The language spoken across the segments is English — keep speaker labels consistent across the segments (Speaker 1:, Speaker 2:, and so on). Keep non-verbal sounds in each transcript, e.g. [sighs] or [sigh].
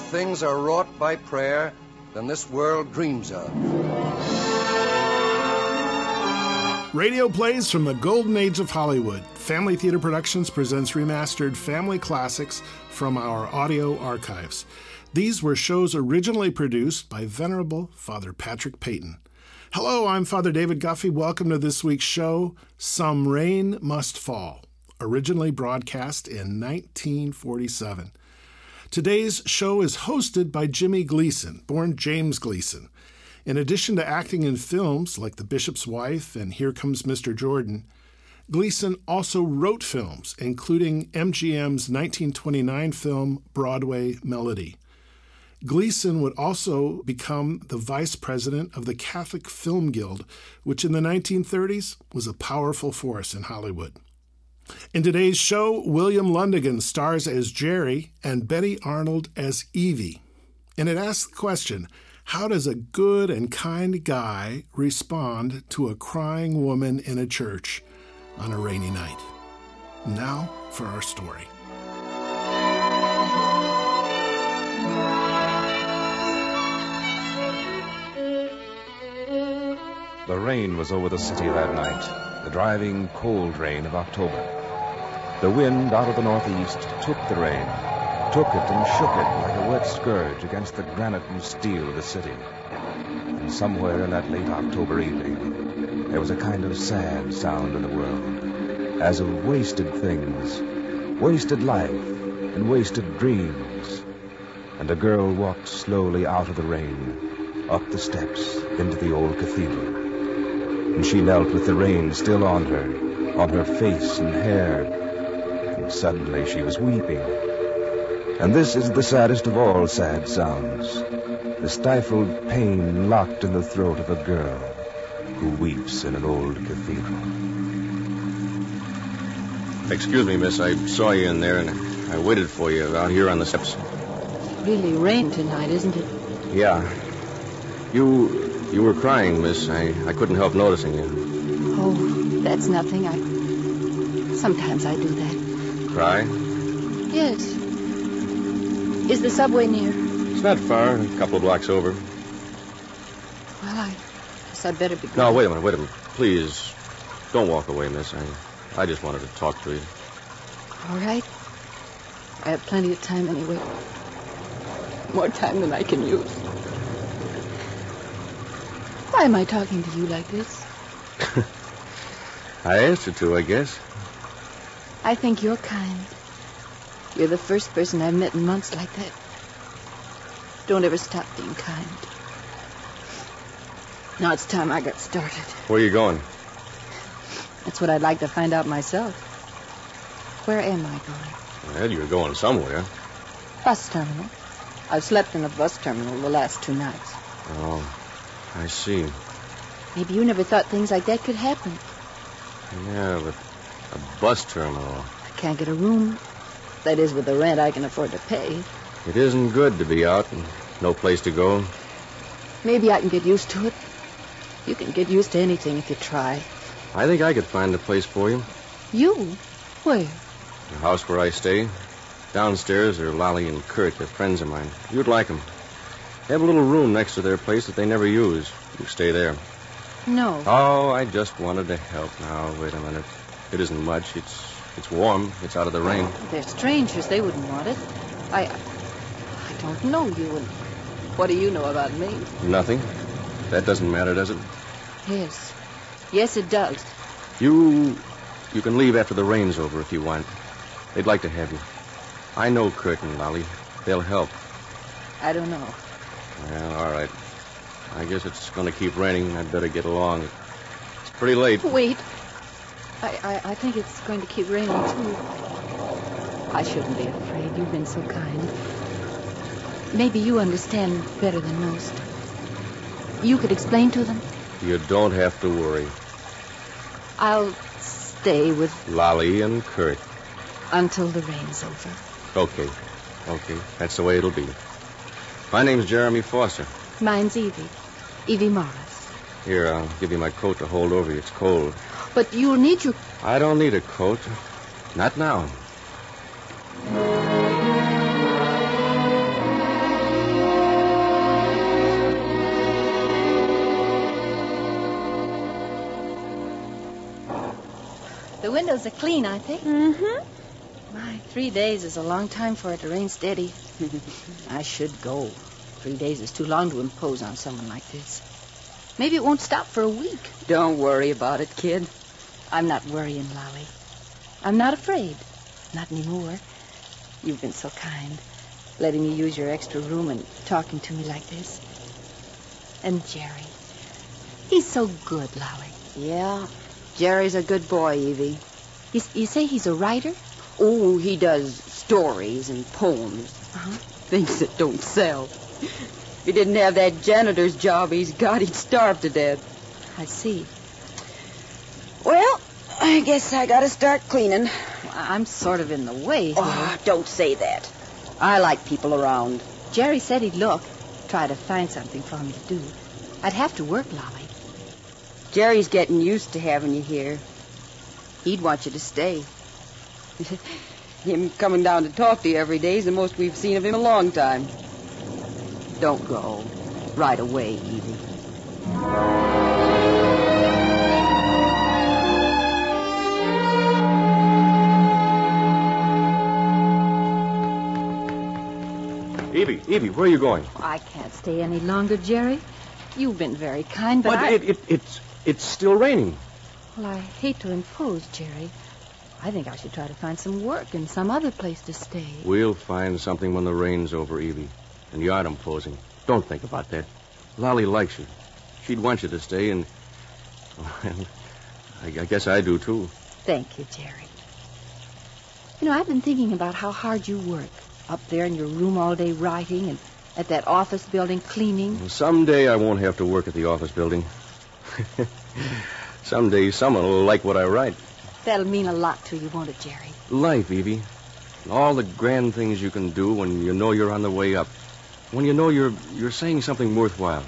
Speaker 1: things are wrought by prayer than this world dreams of.
Speaker 2: Radio plays from the golden age of Hollywood. Family Theater Productions presents remastered family classics from our audio archives. These were shows originally produced by venerable Father Patrick Peyton. Hello, I'm Father David Guffey. Welcome to this week's show, Some Rain Must Fall, originally broadcast in 1947. Today's show is hosted by Jimmy Gleason, born James Gleason. In addition to acting in films like The Bishop's Wife and Here Comes Mr. Jordan, Gleason also wrote films, including MGM's 1929 film Broadway Melody. Gleason would also become the vice president of the Catholic Film Guild, which in the 1930s was a powerful force in Hollywood. In today's show, William Lundigan stars as Jerry and Betty Arnold as Evie. And it asks the question how does a good and kind guy respond to a crying woman in a church on a rainy night? Now for our story.
Speaker 3: The rain was over the city that night, the driving cold rain of October. The wind out of the northeast took the rain, took it and shook it like a wet scourge against the granite and steel of the city. And somewhere in that late October evening, there was a kind of sad sound in the world, as of wasted things, wasted life, and wasted dreams. And a girl walked slowly out of the rain, up the steps into the old cathedral and she knelt with the rain still on her, on her face and hair. And suddenly she was weeping. And this is the saddest of all sad sounds the stifled pain locked in the throat of a girl who weeps in an old cathedral.
Speaker 4: Excuse me, miss. I saw you in there and I waited for you out here on the steps.
Speaker 5: really rain tonight, isn't it?
Speaker 4: Yeah. You you were crying, miss. I, I couldn't help noticing you.
Speaker 5: Oh, that's nothing. I sometimes I do that.
Speaker 4: Cry?
Speaker 5: Yes. Is the subway near?
Speaker 4: It's not far, a couple of blocks over.
Speaker 5: Well, I guess I'd better be.
Speaker 4: No,
Speaker 5: going.
Speaker 4: wait a minute, wait a minute. Please don't walk away, miss. I I just wanted to talk to you.
Speaker 5: All right. I have plenty of time anyway. More time than I can use. Why am I talking to you like this?
Speaker 4: I asked you to, I guess.
Speaker 5: I think you're kind. You're the first person I've met in months like that. Don't ever stop being kind. Now it's time I got started.
Speaker 4: Where are you going?
Speaker 5: That's what I'd like to find out myself. Where am I going?
Speaker 4: Well, you're going somewhere.
Speaker 5: Bus terminal. I've slept in a bus terminal the last two nights.
Speaker 4: Oh, I see.
Speaker 5: Maybe you never thought things like that could happen.
Speaker 4: Yeah, but a bus terminal.
Speaker 5: I can't get a room. That is, with the rent I can afford to pay.
Speaker 4: It isn't good to be out and no place to go.
Speaker 5: Maybe I can get used to it. You can get used to anything if you try.
Speaker 4: I think I could find a place for you.
Speaker 5: You? Where?
Speaker 4: The house where I stay. Downstairs are Lolly and Kurt. They're friends of mine. You'd like 'em. They have a little room next to their place that they never use. You stay there.
Speaker 5: No.
Speaker 4: Oh, I just wanted to help. Now, wait a minute. It isn't much. It's it's warm. It's out of the rain.
Speaker 5: They're strangers. They wouldn't want it. I. I don't know you, and what do you know about me?
Speaker 4: Nothing. That doesn't matter, does it?
Speaker 5: Yes. Yes, it does.
Speaker 4: You you can leave after the rain's over if you want. They'd like to have you. I know Kurt and Lolly. They'll help.
Speaker 5: I don't know.
Speaker 4: Well, all right. I guess it's going to keep raining. and I'd better get along. It's pretty late.
Speaker 5: Wait. I, I, I think it's going to keep raining, too. I shouldn't be afraid. You've been so kind. Maybe you understand better than most. You could explain to them.
Speaker 4: You don't have to worry.
Speaker 5: I'll stay with
Speaker 4: Lolly and Kurt.
Speaker 5: until the rain's over.
Speaker 4: Okay. Okay. That's the way it'll be. My name's Jeremy Foster.
Speaker 5: Mine's Evie. Evie Morris.
Speaker 4: Here, I'll give you my coat to hold over you. It's cold.
Speaker 5: But you'll need your
Speaker 4: I don't need a coat. Not now.
Speaker 5: The windows are clean, aren't they?
Speaker 6: Mm-hmm.
Speaker 5: My, three days is a long time for it to rain steady. [laughs] I should go. Three days is too long to impose on someone like this. Maybe it won't stop for a week.
Speaker 6: Don't worry about it, kid.
Speaker 5: I'm not worrying, Lolly. I'm not afraid. Not anymore. You've been so kind, letting me use your extra room and talking to me like this. And Jerry. He's so good, Lolly.
Speaker 6: Yeah. Jerry's a good boy, Evie.
Speaker 5: You, you say he's a writer?
Speaker 6: Oh, he does stories and poems.
Speaker 5: Uh-huh.
Speaker 6: Things that don't sell. If he didn't have that janitor's job he's got, he'd starve to death.
Speaker 5: I see.
Speaker 6: Well, I guess I gotta start cleaning.
Speaker 5: Well, I'm sort of in the way here.
Speaker 6: Oh, don't say that. I like people around.
Speaker 5: Jerry said he'd look, try to find something for me to do. I'd have to work, Lolly.
Speaker 6: Jerry's getting used to having you here. He'd want you to stay. [laughs] him coming down to talk to you every day is the most we've seen of him in a long time. Don't go. Right away, Evie.
Speaker 4: Evie, Evie, where are you going?
Speaker 5: Oh, I can't stay any longer, Jerry. You've been very kind, but
Speaker 4: What,
Speaker 5: I...
Speaker 4: it, it, it's, it's still raining.
Speaker 5: Well, I hate to impose, Jerry. I think I should try to find some work and some other place to stay.
Speaker 4: We'll find something when the rain's over, Evie. And you aren't imposing. Don't think about that. Lolly likes you. She'd want you to stay, and. Well, I, I guess I do, too.
Speaker 5: Thank you, Jerry. You know, I've been thinking about how hard you work. Up there in your room all day writing and at that office building cleaning.
Speaker 4: Someday I won't have to work at the office building. [laughs] Someday someone will like what I write.
Speaker 5: That'll mean a lot to you, won't it, Jerry?
Speaker 4: Life, Evie. And all the grand things you can do when you know you're on the way up. When you know you're you're saying something worthwhile.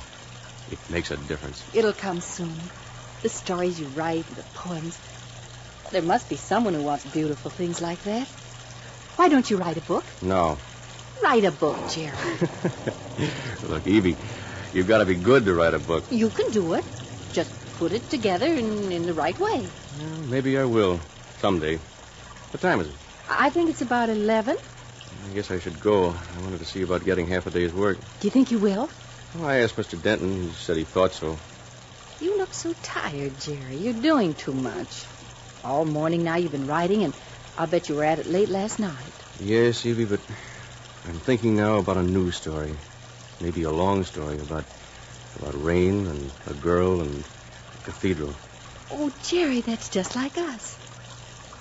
Speaker 4: It makes a difference.
Speaker 5: It'll come soon. The stories you write, the poems. There must be someone who wants beautiful things like that. Why don't you write a book?
Speaker 4: No. [laughs]
Speaker 5: Write a book, Jerry.
Speaker 4: Look, Evie, you've got to be good to write a book.
Speaker 5: You can do it. Just put it together in, in the right way.
Speaker 4: Well, maybe I will. Someday. What time is it?
Speaker 5: I think it's about 11.
Speaker 4: I guess I should go. I wanted to see about getting half a day's work.
Speaker 5: Do you think you will?
Speaker 4: Well, I asked Mr. Denton. He said he thought so.
Speaker 5: You look so tired, Jerry. You're doing too much. All morning now you've been writing, and I'll bet you were at it late last night.
Speaker 4: Yes, Evie, but I'm thinking now about a new story. Maybe a long story about about rain and a girl and a cathedral.
Speaker 5: Oh, Jerry, that's just like us.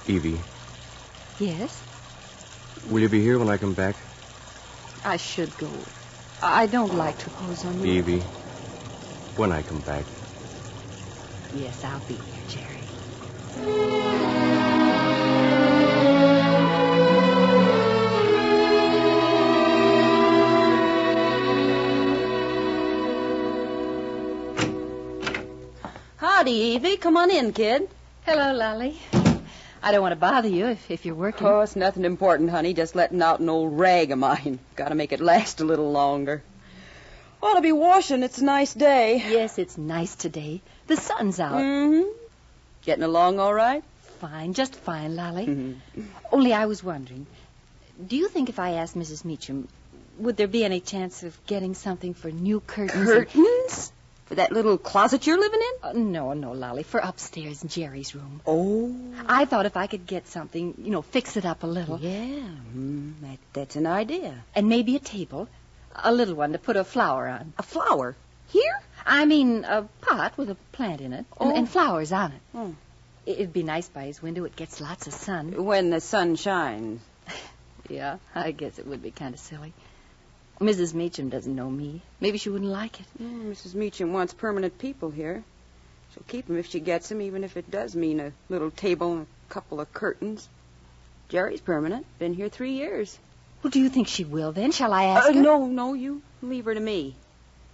Speaker 4: Evie,
Speaker 5: Yes?
Speaker 4: will you be here when I come back?
Speaker 5: I should go. I don't like to pose on you.
Speaker 4: Evie, when I come back.
Speaker 5: Yes, I'll be here, Jerry.
Speaker 6: Howdy, Evie. Come on in, kid.
Speaker 5: Hello, Lolly. I don't want to bother you if, if you're working.
Speaker 6: Oh, it's nothing important, honey. Just letting out an old rag of mine. Gotta make it last a little longer. Ought to be washing. It's a nice day.
Speaker 5: Yes, it's nice today. The sun's out.
Speaker 6: Mm-hmm. Getting along all right?
Speaker 5: Fine, just fine, Lolly.
Speaker 6: Mhm.
Speaker 5: Only I was wondering, do you think if I asked Mrs. Meacham, would there be any chance of getting something for new curtains? and-
Speaker 6: Curtains? For that little closet you're living in?
Speaker 5: Uh, no, no, Lolly, for upstairs in Jerry's room.
Speaker 6: Oh.
Speaker 5: I thought if I could get something, you know, fix it up a little,
Speaker 6: Yeah, mm, that, that's an idea.
Speaker 5: and maybe a table, a little one to put a flower on.
Speaker 6: A flower. Here?
Speaker 5: I mean, a pot with a plant in it and,
Speaker 6: Oh.
Speaker 5: and flowers on it.
Speaker 6: Hmm.
Speaker 5: I- It'd be nice by his window. It gets lots of sun.
Speaker 6: When the sun shines.
Speaker 5: Yeah, I guess it would be kind of silly. Mrs. Meacham doesn't know me. Maybe she wouldn't like it.
Speaker 6: Mm, Mrs. Meacham wants permanent people here. She'll keep 'em if she gets 'em, even if it does mean a little table and a couple of curtains. Jerry's permanent. Been here three years.
Speaker 5: Well, do you think she will then? Shall I ask
Speaker 6: Uh,
Speaker 5: her?
Speaker 6: no, no, you leave her to me.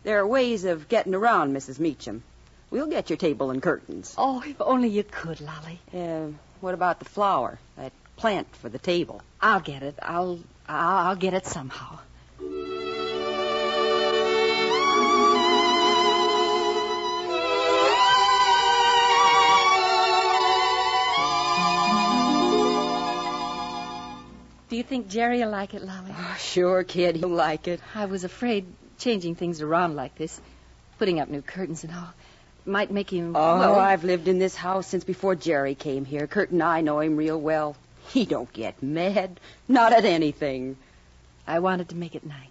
Speaker 6: There are ways of getting around, Mrs. Meacham. We'll get your table and curtains.
Speaker 5: Oh, if only you could, Lolly.
Speaker 6: Uh, what about the flower? That plant for the table.
Speaker 5: I'll get it. I'll I'll, I'll get it somehow. think Jerry'll like it, Lolly.
Speaker 6: Oh, [laughs] sure, kid, he'll like it.
Speaker 5: I was afraid changing things around like this, putting up new curtains and all, might make him.
Speaker 6: Oh,
Speaker 5: well,
Speaker 6: I've lived in this house since before Jerry came here. Kurt and I know him real well. He don't get mad, not at anything.
Speaker 5: I wanted to make it nice.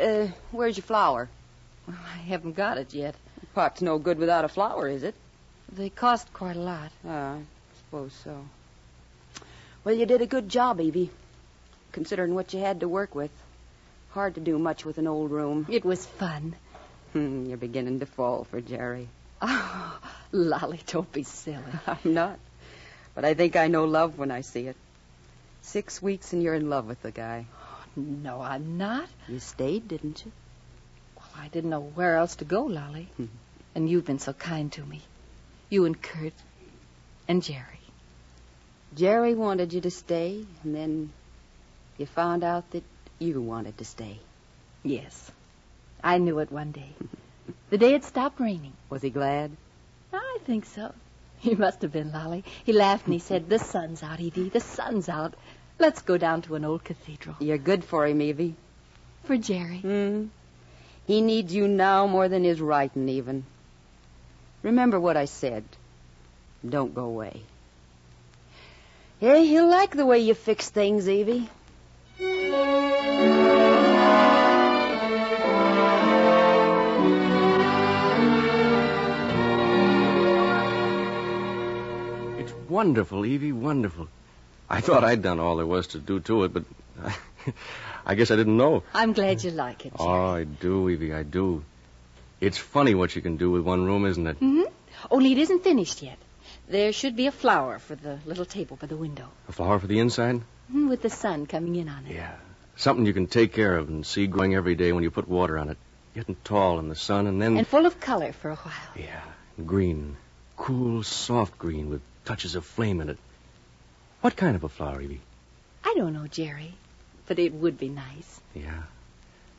Speaker 6: Uh, where's your flower?
Speaker 5: Well, I haven't got it yet.
Speaker 6: Pot's no good without a flower, is it?
Speaker 5: They cost quite a lot.
Speaker 6: Uh, I suppose so. Well, you did a good job, Evie, considering what you had to work with. Hard to do much with an old room.
Speaker 5: It was fun.
Speaker 6: Hmm, [laughs] You're beginning to fall for [laughs] Jerry.
Speaker 5: Oh, Lolly, don't be silly.
Speaker 6: [laughs] I'm not. But I think I know love when I see it. Six weeks and you're in love with the guy.
Speaker 5: No, I'm not.
Speaker 6: You stayed, didn't you? Hmm.
Speaker 5: Well, I didn't know where else to go, Lolly. and you've been so kind to me. You and Kurt and Jerry.
Speaker 6: Jerry wanted you to stay, and then you found out that you wanted to stay.
Speaker 5: Yes. I knew it one
Speaker 6: [laughs]
Speaker 5: day. the day it stopped raining.
Speaker 6: Was he glad?
Speaker 5: I think so. He must have been, Lolly. He laughed and he said, The sun's out, Evie. The sun's out. Let's go down to an old cathedral.
Speaker 6: You're good for him, Evie.
Speaker 5: For Jerry.
Speaker 6: Hmm. He needs you now more than his writing, even. Remember what I said. Don't go away. Yeah, he'll like the way you fix things, Evie.
Speaker 4: It's wonderful, Evie, wonderful. I thought I'd done all there was to do to it, but [laughs] I, I guess I didn't know.
Speaker 5: I'm glad you like it, Jerry.
Speaker 4: Oh, I do, Evie, I do. It's funny what you can do with one room, isn't it?
Speaker 5: hmm Only it isn't finished yet. There should be a flower for the little table by the window,
Speaker 4: A flower for the inside?
Speaker 5: Mhm, with the sun coming in on it.
Speaker 4: Yeah. Something you can take care of and see growing every day when you put water on it. Getting tall in the sun and then.
Speaker 5: And full of color for a while.
Speaker 4: Yeah, green. Cool, soft green with touches of flame in it. What kind of a flower, Evie?
Speaker 5: I don't know, Jerry, but it would be nice. [sighs]
Speaker 4: Yeah.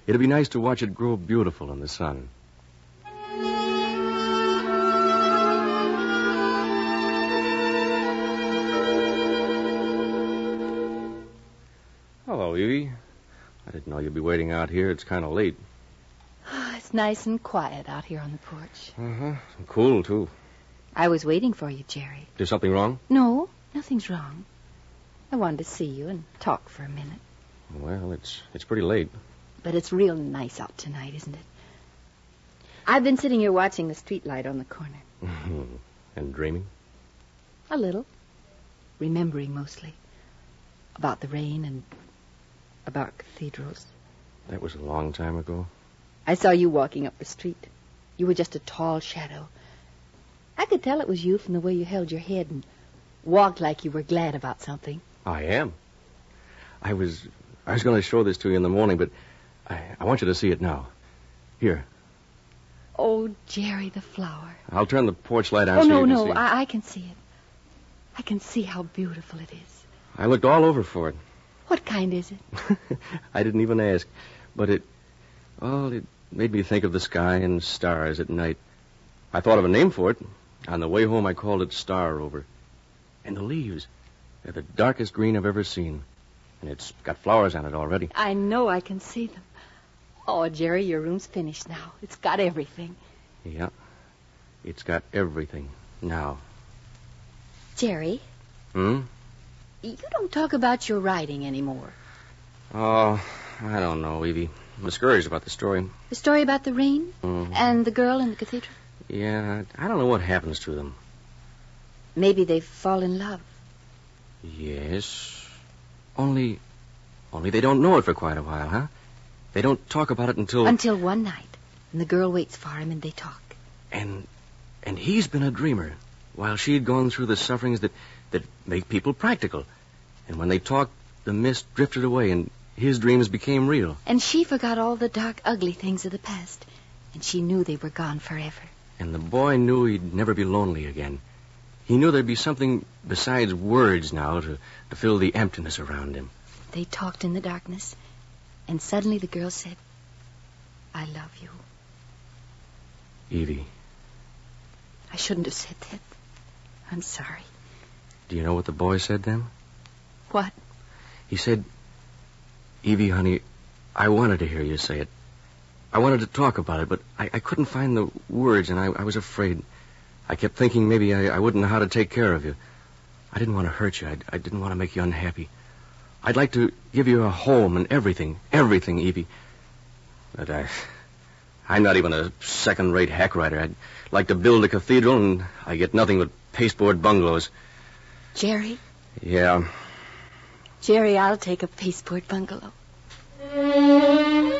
Speaker 4: It'd be nice to watch it grow beautiful in the sun. Hello, Evie. I didn't know you'd be waiting out here. It's kind of late.
Speaker 5: it's nice and quiet out here on the porch.
Speaker 4: Uh huh. Cool, too.
Speaker 5: I was waiting for you, Jerry.
Speaker 4: Did something wrong?
Speaker 5: No, nothing's wrong. I wanted to see you and talk for a minute.
Speaker 4: Well, it's it's pretty late. [laughs]
Speaker 5: But it's real nice out tonight, isn't it? I've been sitting here watching the streetlight on the corner.
Speaker 4: and dreaming?
Speaker 5: A little. Remembering mostly. About the rain and about cathedrals.
Speaker 4: That was a long time ago.
Speaker 5: I saw you walking up the street. You were just a tall shadow. I could tell it was you from the way you held your head and walked like you were glad about something.
Speaker 4: I am. I was I was going to show this to you in the morning, but I, I want you to see it now. Here,
Speaker 5: Oh, Jerry, the flower.
Speaker 4: I'll turn the porch light on
Speaker 5: oh,
Speaker 4: so
Speaker 5: no,
Speaker 4: you can
Speaker 5: no,
Speaker 4: see.
Speaker 5: I, I can see it. I can see how beautiful it is.
Speaker 4: I looked all over for it. [laughs]
Speaker 5: What kind is it?
Speaker 4: I didn't even ask, but it well, it made me think of the sky and stars at night. I thought of a name for it. On the way home, I called it Star Rover. And the leaves, they're the darkest green I've ever seen, and it's got flowers on it already.
Speaker 5: I know I can see them. Oh, Jerry, your room's finished now. It's got everything.
Speaker 4: Yeah, it's got everything now.
Speaker 5: Jerry,
Speaker 4: Hmm.
Speaker 5: you don't talk about your writing anymore.
Speaker 4: Oh, I don't know, Evie. I'm discouraged about the story.
Speaker 5: The story about the rain
Speaker 4: Mhm.
Speaker 5: and the girl in the cathedral.
Speaker 4: Yeah, I don't know what happens to them.
Speaker 5: Maybe they fall in love.
Speaker 4: Yes. Only, only they don't know it for quite a while, huh? They don't talk about it until
Speaker 5: Until one night, and the girl waits for him and they talk.
Speaker 4: and and he's been a dreamer, while she'd gone through the sufferings that that make people practical. And when they talked, the mist drifted away, and his dreams became real.
Speaker 5: And she forgot all the dark, ugly things of the past. And she knew they were gone forever.
Speaker 4: And the boy knew he'd never be lonely again. He knew there'd be something besides words now to, to fill the emptiness around him.
Speaker 5: They talked in the darkness, and suddenly the girl said, I love you.
Speaker 4: Evie,
Speaker 5: I shouldn't have said that. I'm sorry.
Speaker 4: do you know what the boy said then?
Speaker 5: What?
Speaker 4: He said, Evie, honey, I wanted to hear you say it. I wanted to talk about it, but I, I couldn't find the words, and I, I was afraid. I kept thinking maybe I, I wouldn't know how to take care of you. I didn't want to hurt you. I, I didn't want to make you unhappy. I'd like to give you a home and everything, everything, Evie. But I, I'm not even a second-rate hack writer. I'd like to build a cathedral, and I get nothing but pasteboard bungalows.
Speaker 5: Jerry?
Speaker 4: Yeah,
Speaker 5: Jerry, I'll take a pasteboard bungalow. [sighs]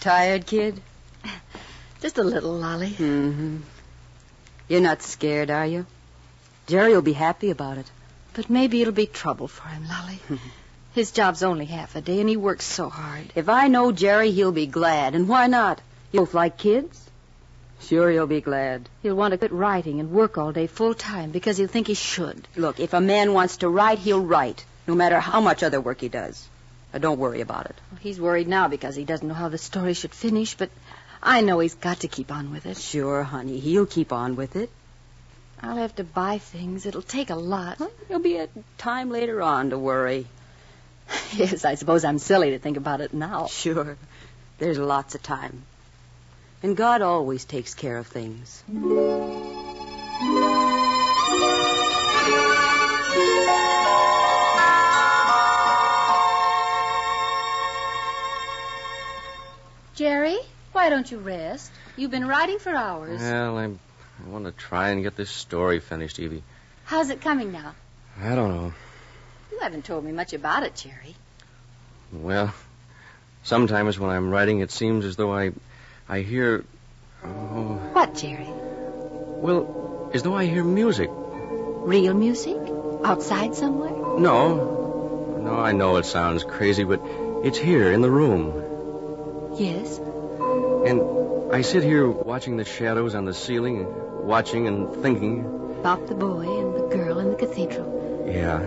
Speaker 6: Tired, kid?
Speaker 5: Just a little, Lolly.
Speaker 6: Mm-hmm. You're not scared, are you? Jerry will be happy about it.
Speaker 5: But maybe it'll be trouble for him, Lolly. His job's only half a day, and he works so hard.
Speaker 6: If I know Jerry, he'll be glad. And why not? You both like kids? Sure, he'll be glad.
Speaker 5: He'll want to quit writing and work all day full time because he'll think he should.
Speaker 6: Look, if a man wants to write, he'll write, no matter how much other work he does. Now, don't worry about it.
Speaker 5: Well, he's worried now because he doesn't know how the story should finish, but I know he's got to keep on with it.
Speaker 6: Sure, honey, he'll keep on with it.
Speaker 5: I'll have to buy things. It'll take a lot.
Speaker 6: There'll be a time later on to worry.
Speaker 5: [laughs] yes, I suppose I'm silly to think about it now.
Speaker 6: Sure, there's lots of time. And God always takes care of things.
Speaker 5: Jerry, why don't you rest? You've been writing for hours.
Speaker 4: well, I, I want to try and get this story finished, Evie.
Speaker 5: How's it coming now?
Speaker 4: I don't know.
Speaker 5: You haven't told me much about it, Jerry.
Speaker 4: Well, sometimes when I'm writing, it seems as though I, I hear, oh,
Speaker 5: What, Jerry?
Speaker 4: well, as though I hear music.
Speaker 5: Real music? Outside somewhere?
Speaker 4: No, no, I know it sounds crazy, but it's here in the room,
Speaker 5: Yes.
Speaker 4: and I sit here watching the shadows on the ceiling, watching and thinking.
Speaker 5: About the boy and the girl in the cathedral.
Speaker 4: Yeah,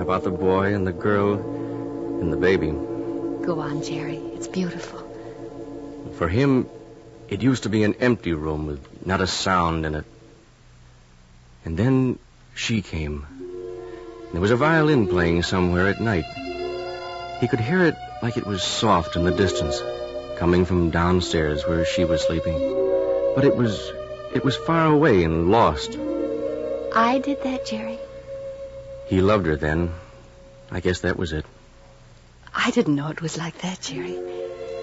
Speaker 4: about the boy and the girl and the baby.
Speaker 5: Go on, Jerry. It's beautiful.
Speaker 4: For him, it used to be an empty room with not a sound in it. And then she came. There was a violin playing somewhere at night. He could hear it like it was soft in the distance, coming from downstairs where she was sleeping. But it was it was far away and lost.
Speaker 5: I did that, Jerry.
Speaker 4: He loved her then. I guess that was it.
Speaker 5: I didn't know it was like that, Jerry.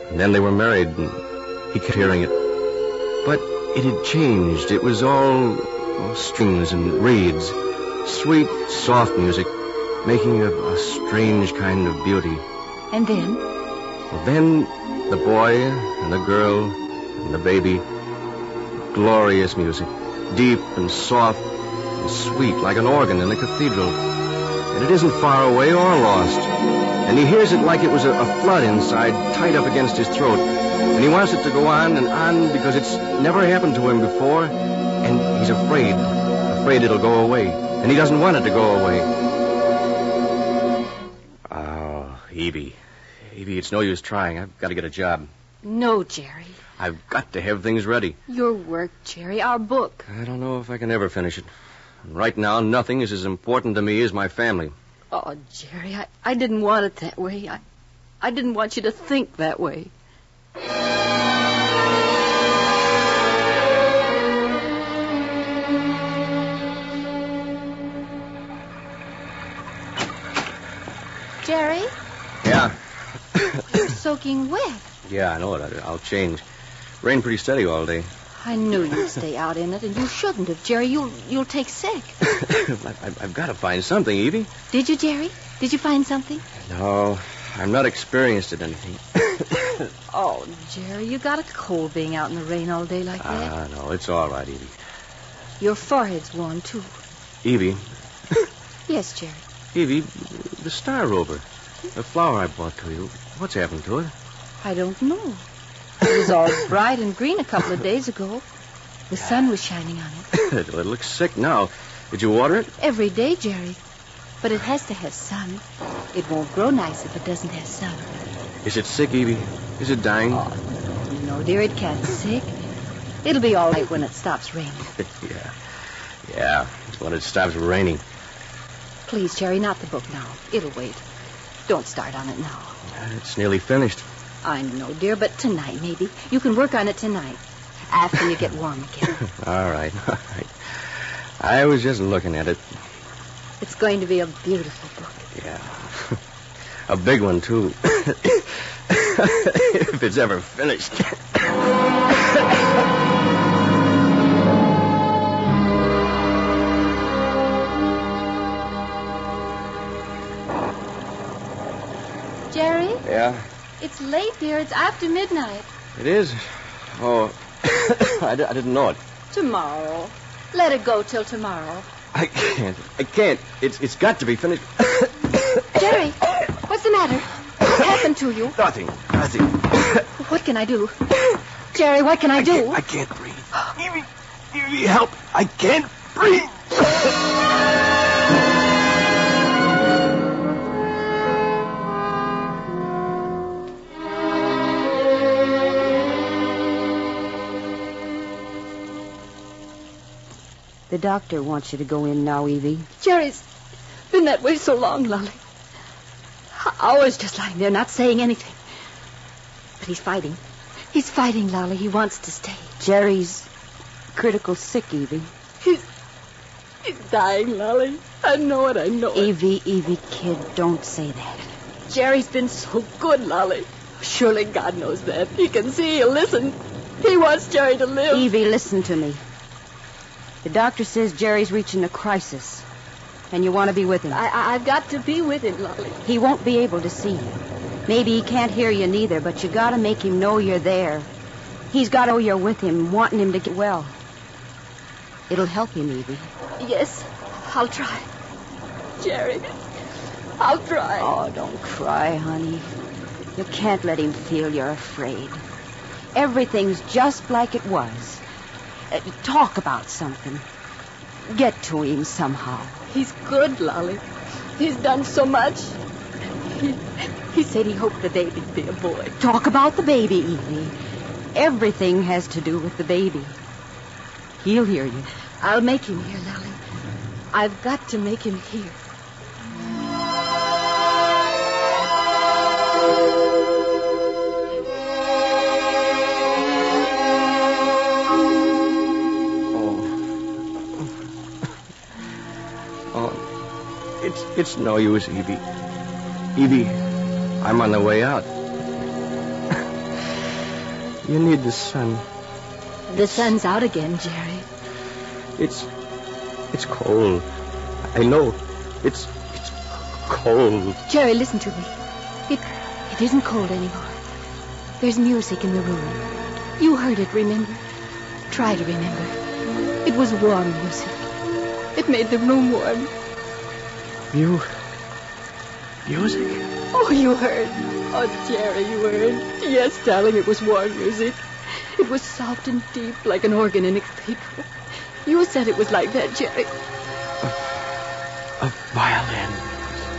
Speaker 4: And then they were married, and he kept hearing it. But it had changed. It was all oh, strings and reeds. Sweet, soft music, making a, a strange kind of beauty.
Speaker 5: And then?
Speaker 4: Well, then, the boy and the girl and the baby. Glorious music. Deep and soft and sweet, like an organ in a cathedral. And it isn't far away or lost. And he hears it like it was a, a flood inside, tight up against his throat. And he wants it to go on and on because it's never happened to him before. And he's afraid. Afraid it'll go away. And he doesn't want it to go away. Oh, Evie. Evie, it's no use trying. I've got to get a job.
Speaker 5: No, Jerry.
Speaker 4: I've got to have things ready.
Speaker 5: Your work, Jerry. Our book.
Speaker 4: I don't know if I can ever finish it. And Right now, nothing is as important to me as my family.
Speaker 5: Oh, Jerry, I, I didn't want it that way. I, I didn't want you to think that way. Jerry,
Speaker 4: Yeah,
Speaker 5: you're soaking wet.
Speaker 4: yeah, I know it. I- I'll change. Rain pretty steady all day. [laughs]
Speaker 5: I knew you'd stay out in it, and you shouldn't have, Jerry. You'll you'll take sick.
Speaker 4: I- I- I've got to find something, Evie.
Speaker 5: Did you, Jerry? Did you find something?
Speaker 4: No, I'm not experienced at anything.
Speaker 5: Oh, Jerry, you got a cold being out in the rain all day like that.
Speaker 4: Ah, no, it's all right, Evie.
Speaker 5: Your forehead's warm too.
Speaker 4: Evie,
Speaker 5: Yes, Jerry.
Speaker 4: Evie, the star rover, the flower I bought to you. What's happened to it? [laughs]
Speaker 5: I don't know. It was all bright and green a couple of days ago. The sun was shining on it
Speaker 4: it looks sick now. Did you water it?
Speaker 5: every day, Jerry. But it has to have sun. It won't grow nice if it doesn't have sun.
Speaker 4: Is it sick, Evie? Is it dying?
Speaker 5: Oh, no, dear, it can't sick. It'll be all right when it stops raining.
Speaker 4: yeah. Yeah, when it stops raining.
Speaker 5: Please, Jerry, not the book now. It'll wait. Don't start on it now.
Speaker 4: It's nearly finished.
Speaker 5: I know, dear, but tonight, maybe. You can work on it tonight. After you get warm again.
Speaker 4: all right, [laughs] all right. I was just looking at it.
Speaker 5: It's going to be a beautiful book.
Speaker 4: Yeah. a big one, too. [coughs] if it's ever finished.
Speaker 7: Jerry?
Speaker 4: Yeah?
Speaker 7: It's late, dear. It's after midnight.
Speaker 4: It is? Oh, [coughs] I d- I didn't know it.
Speaker 7: Tomorrow. Let it go till tomorrow.
Speaker 4: I can't. I can't. It's It's got to be finished. [coughs]
Speaker 7: Jerry, what's the matter?
Speaker 5: What happened to you?
Speaker 4: Nothing. Nothing.
Speaker 5: what can I
Speaker 7: [coughs]
Speaker 5: do? Jerry, what can I, I do?
Speaker 4: Can't, I can't breathe. Evie, Evie, help. I can't breathe.
Speaker 6: The doctor wants you to go in now, Evie.
Speaker 5: Jerry's been that way so long, Lolly. I was just lying there, not saying anything. But he's fighting. He's fighting, Lolly. He wants to stay.
Speaker 6: Jerry's critical sick, Evie.
Speaker 5: He's he's dying, Lolly. I know it. I know it.
Speaker 6: Evie, Evie, kid, don't say that.
Speaker 5: Jerry's been so good, Lolly. Surely God knows that. He can see. He'll listen. He wants Jerry to live.
Speaker 6: Evie, listen to me. The doctor says Jerry's reaching a crisis, and you want to be with him.
Speaker 5: I, have got to be with him, Lolly.
Speaker 6: He won't be able to see you. Maybe he can't hear you neither, but you got to make him know you're there. He's got to know you're with him, wanting him to get well. It'll help him, Evie.
Speaker 5: Yes, I'll try. Jerry, I'll try.
Speaker 6: Oh, don't cry, honey. You can't let him feel you're afraid. Everything's just like it was. Uh, talk about something. Get to him somehow.
Speaker 5: He's good, Lolly. He's done so much. He, he said he hoped the baby'd be a boy.
Speaker 6: Talk about the baby, Evie. Everything has to do with the baby. He'll hear you.
Speaker 5: I'll make him hear, Lolly. I've got to make him hear.
Speaker 4: Oh. Oh, It's, it's no use, Evie. Evie, I'm on the way out. [laughs] you need the sun.
Speaker 5: The it's, sun's out again, Jerry.
Speaker 4: It's it's cold. I know. It's it's cold.
Speaker 5: Jerry, listen to me. It it isn't cold anymore. There's music in the room. You heard it, remember? Try to remember. It was warm music. It made the room warm.
Speaker 4: You. Music?
Speaker 5: Oh, you heard. Oh, Jerry, you heard. Yes, darling, it was warm music. It was soft and deep, like an organ in a cathedral. You said it was like that, Jerry.
Speaker 4: A, a violin,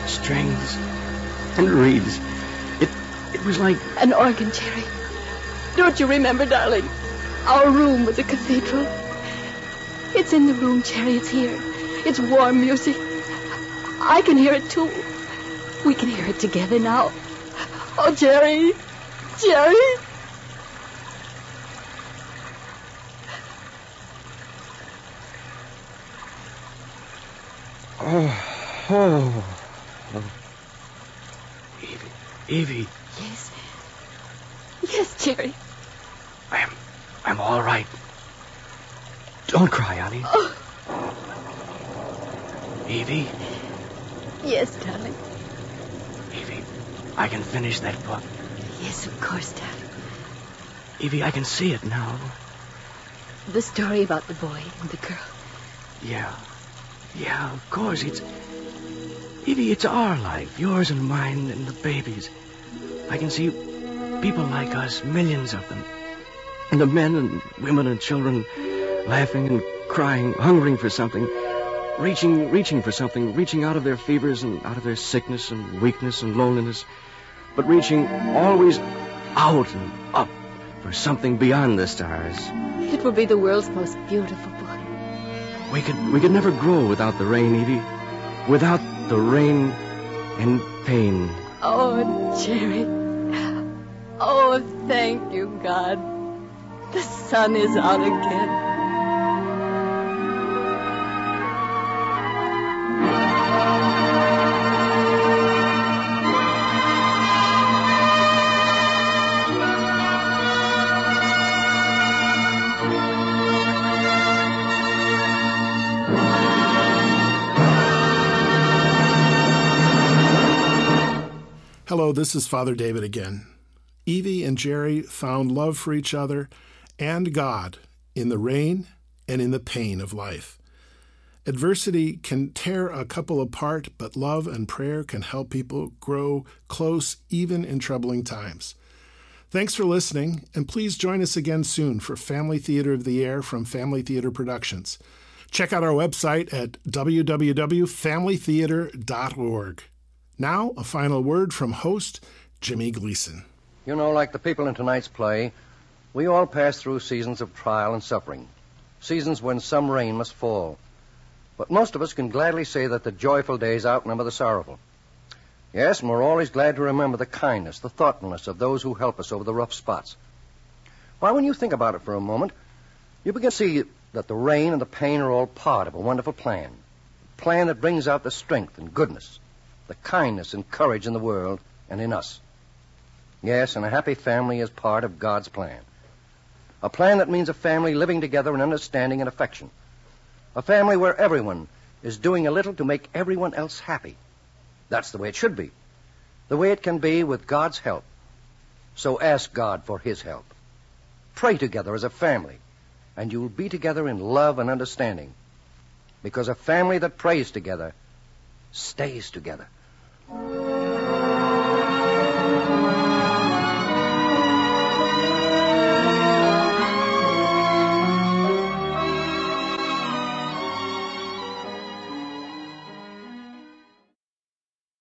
Speaker 4: strings, and reeds. It, it was like.
Speaker 5: An organ, Jerry. Don't you remember, darling? Our room was a cathedral. It's in the room, Jerry. It's here. It's warm music. I can hear it too. We can hear it together now. Oh, Jerry. Jerry.
Speaker 4: Oh, oh. oh. Evie. Evie.
Speaker 5: Yes. Yes, Jerry.
Speaker 4: I'm I'm all right. Don't cry, honey. Oh. Evie.
Speaker 5: Yes, darling.
Speaker 4: Evie, I can finish that book.
Speaker 5: Yes, of course, darling.
Speaker 4: Evie, I can see it now.
Speaker 5: The story about the boy and the girl.
Speaker 4: Yeah. Yeah, of course. It's. Evie, it's our life. Yours and mine and the baby's. I can see people like us, millions of them. And the men and women and children laughing and crying, hungering for something reaching, reaching for something, reaching out of their fevers and out of their sickness and weakness and loneliness. but reaching always out and up for something beyond the stars.
Speaker 5: It will be the world's most beautiful book.
Speaker 4: We could we could never grow without the rain, Evie. Without the rain and pain.
Speaker 5: Oh, Jerry. Oh, thank you, God. The sun is out again.
Speaker 2: Hello, this is Father David again. Evie and Jerry found love for each other and God in the rain and in the pain of life. Adversity can tear a couple apart, but love and prayer can help people grow close even in troubling times. Thanks for listening, and please join us again soon for Family Theater of the Air from Family Theater Productions. Check out our website at www.familytheater.org. Now, a final word from host Jimmy Gleason.
Speaker 1: You know, like the people in tonight's play, we all pass through seasons of trial and suffering, seasons when some rain must fall. But most of us can gladly say that the joyful days outnumber the sorrowful. Yes, and we're always glad to remember the kindness, the thoughtfulness of those who help us over the rough spots. Why, when you think about it for a moment, you begin to see that the rain and the pain are all part of a wonderful plan. A plan that brings out the strength and goodness, the kindness and courage in the world and in us. Yes, and a happy family is part of God's plan. A plan that means a family living together in understanding and affection. A family where everyone is doing a little to make everyone else happy. That's the way it should be. The way it can be with God's help. So ask God for His help. Pray together as a family, and you'll be together in love and understanding. Because a family that prays together stays together.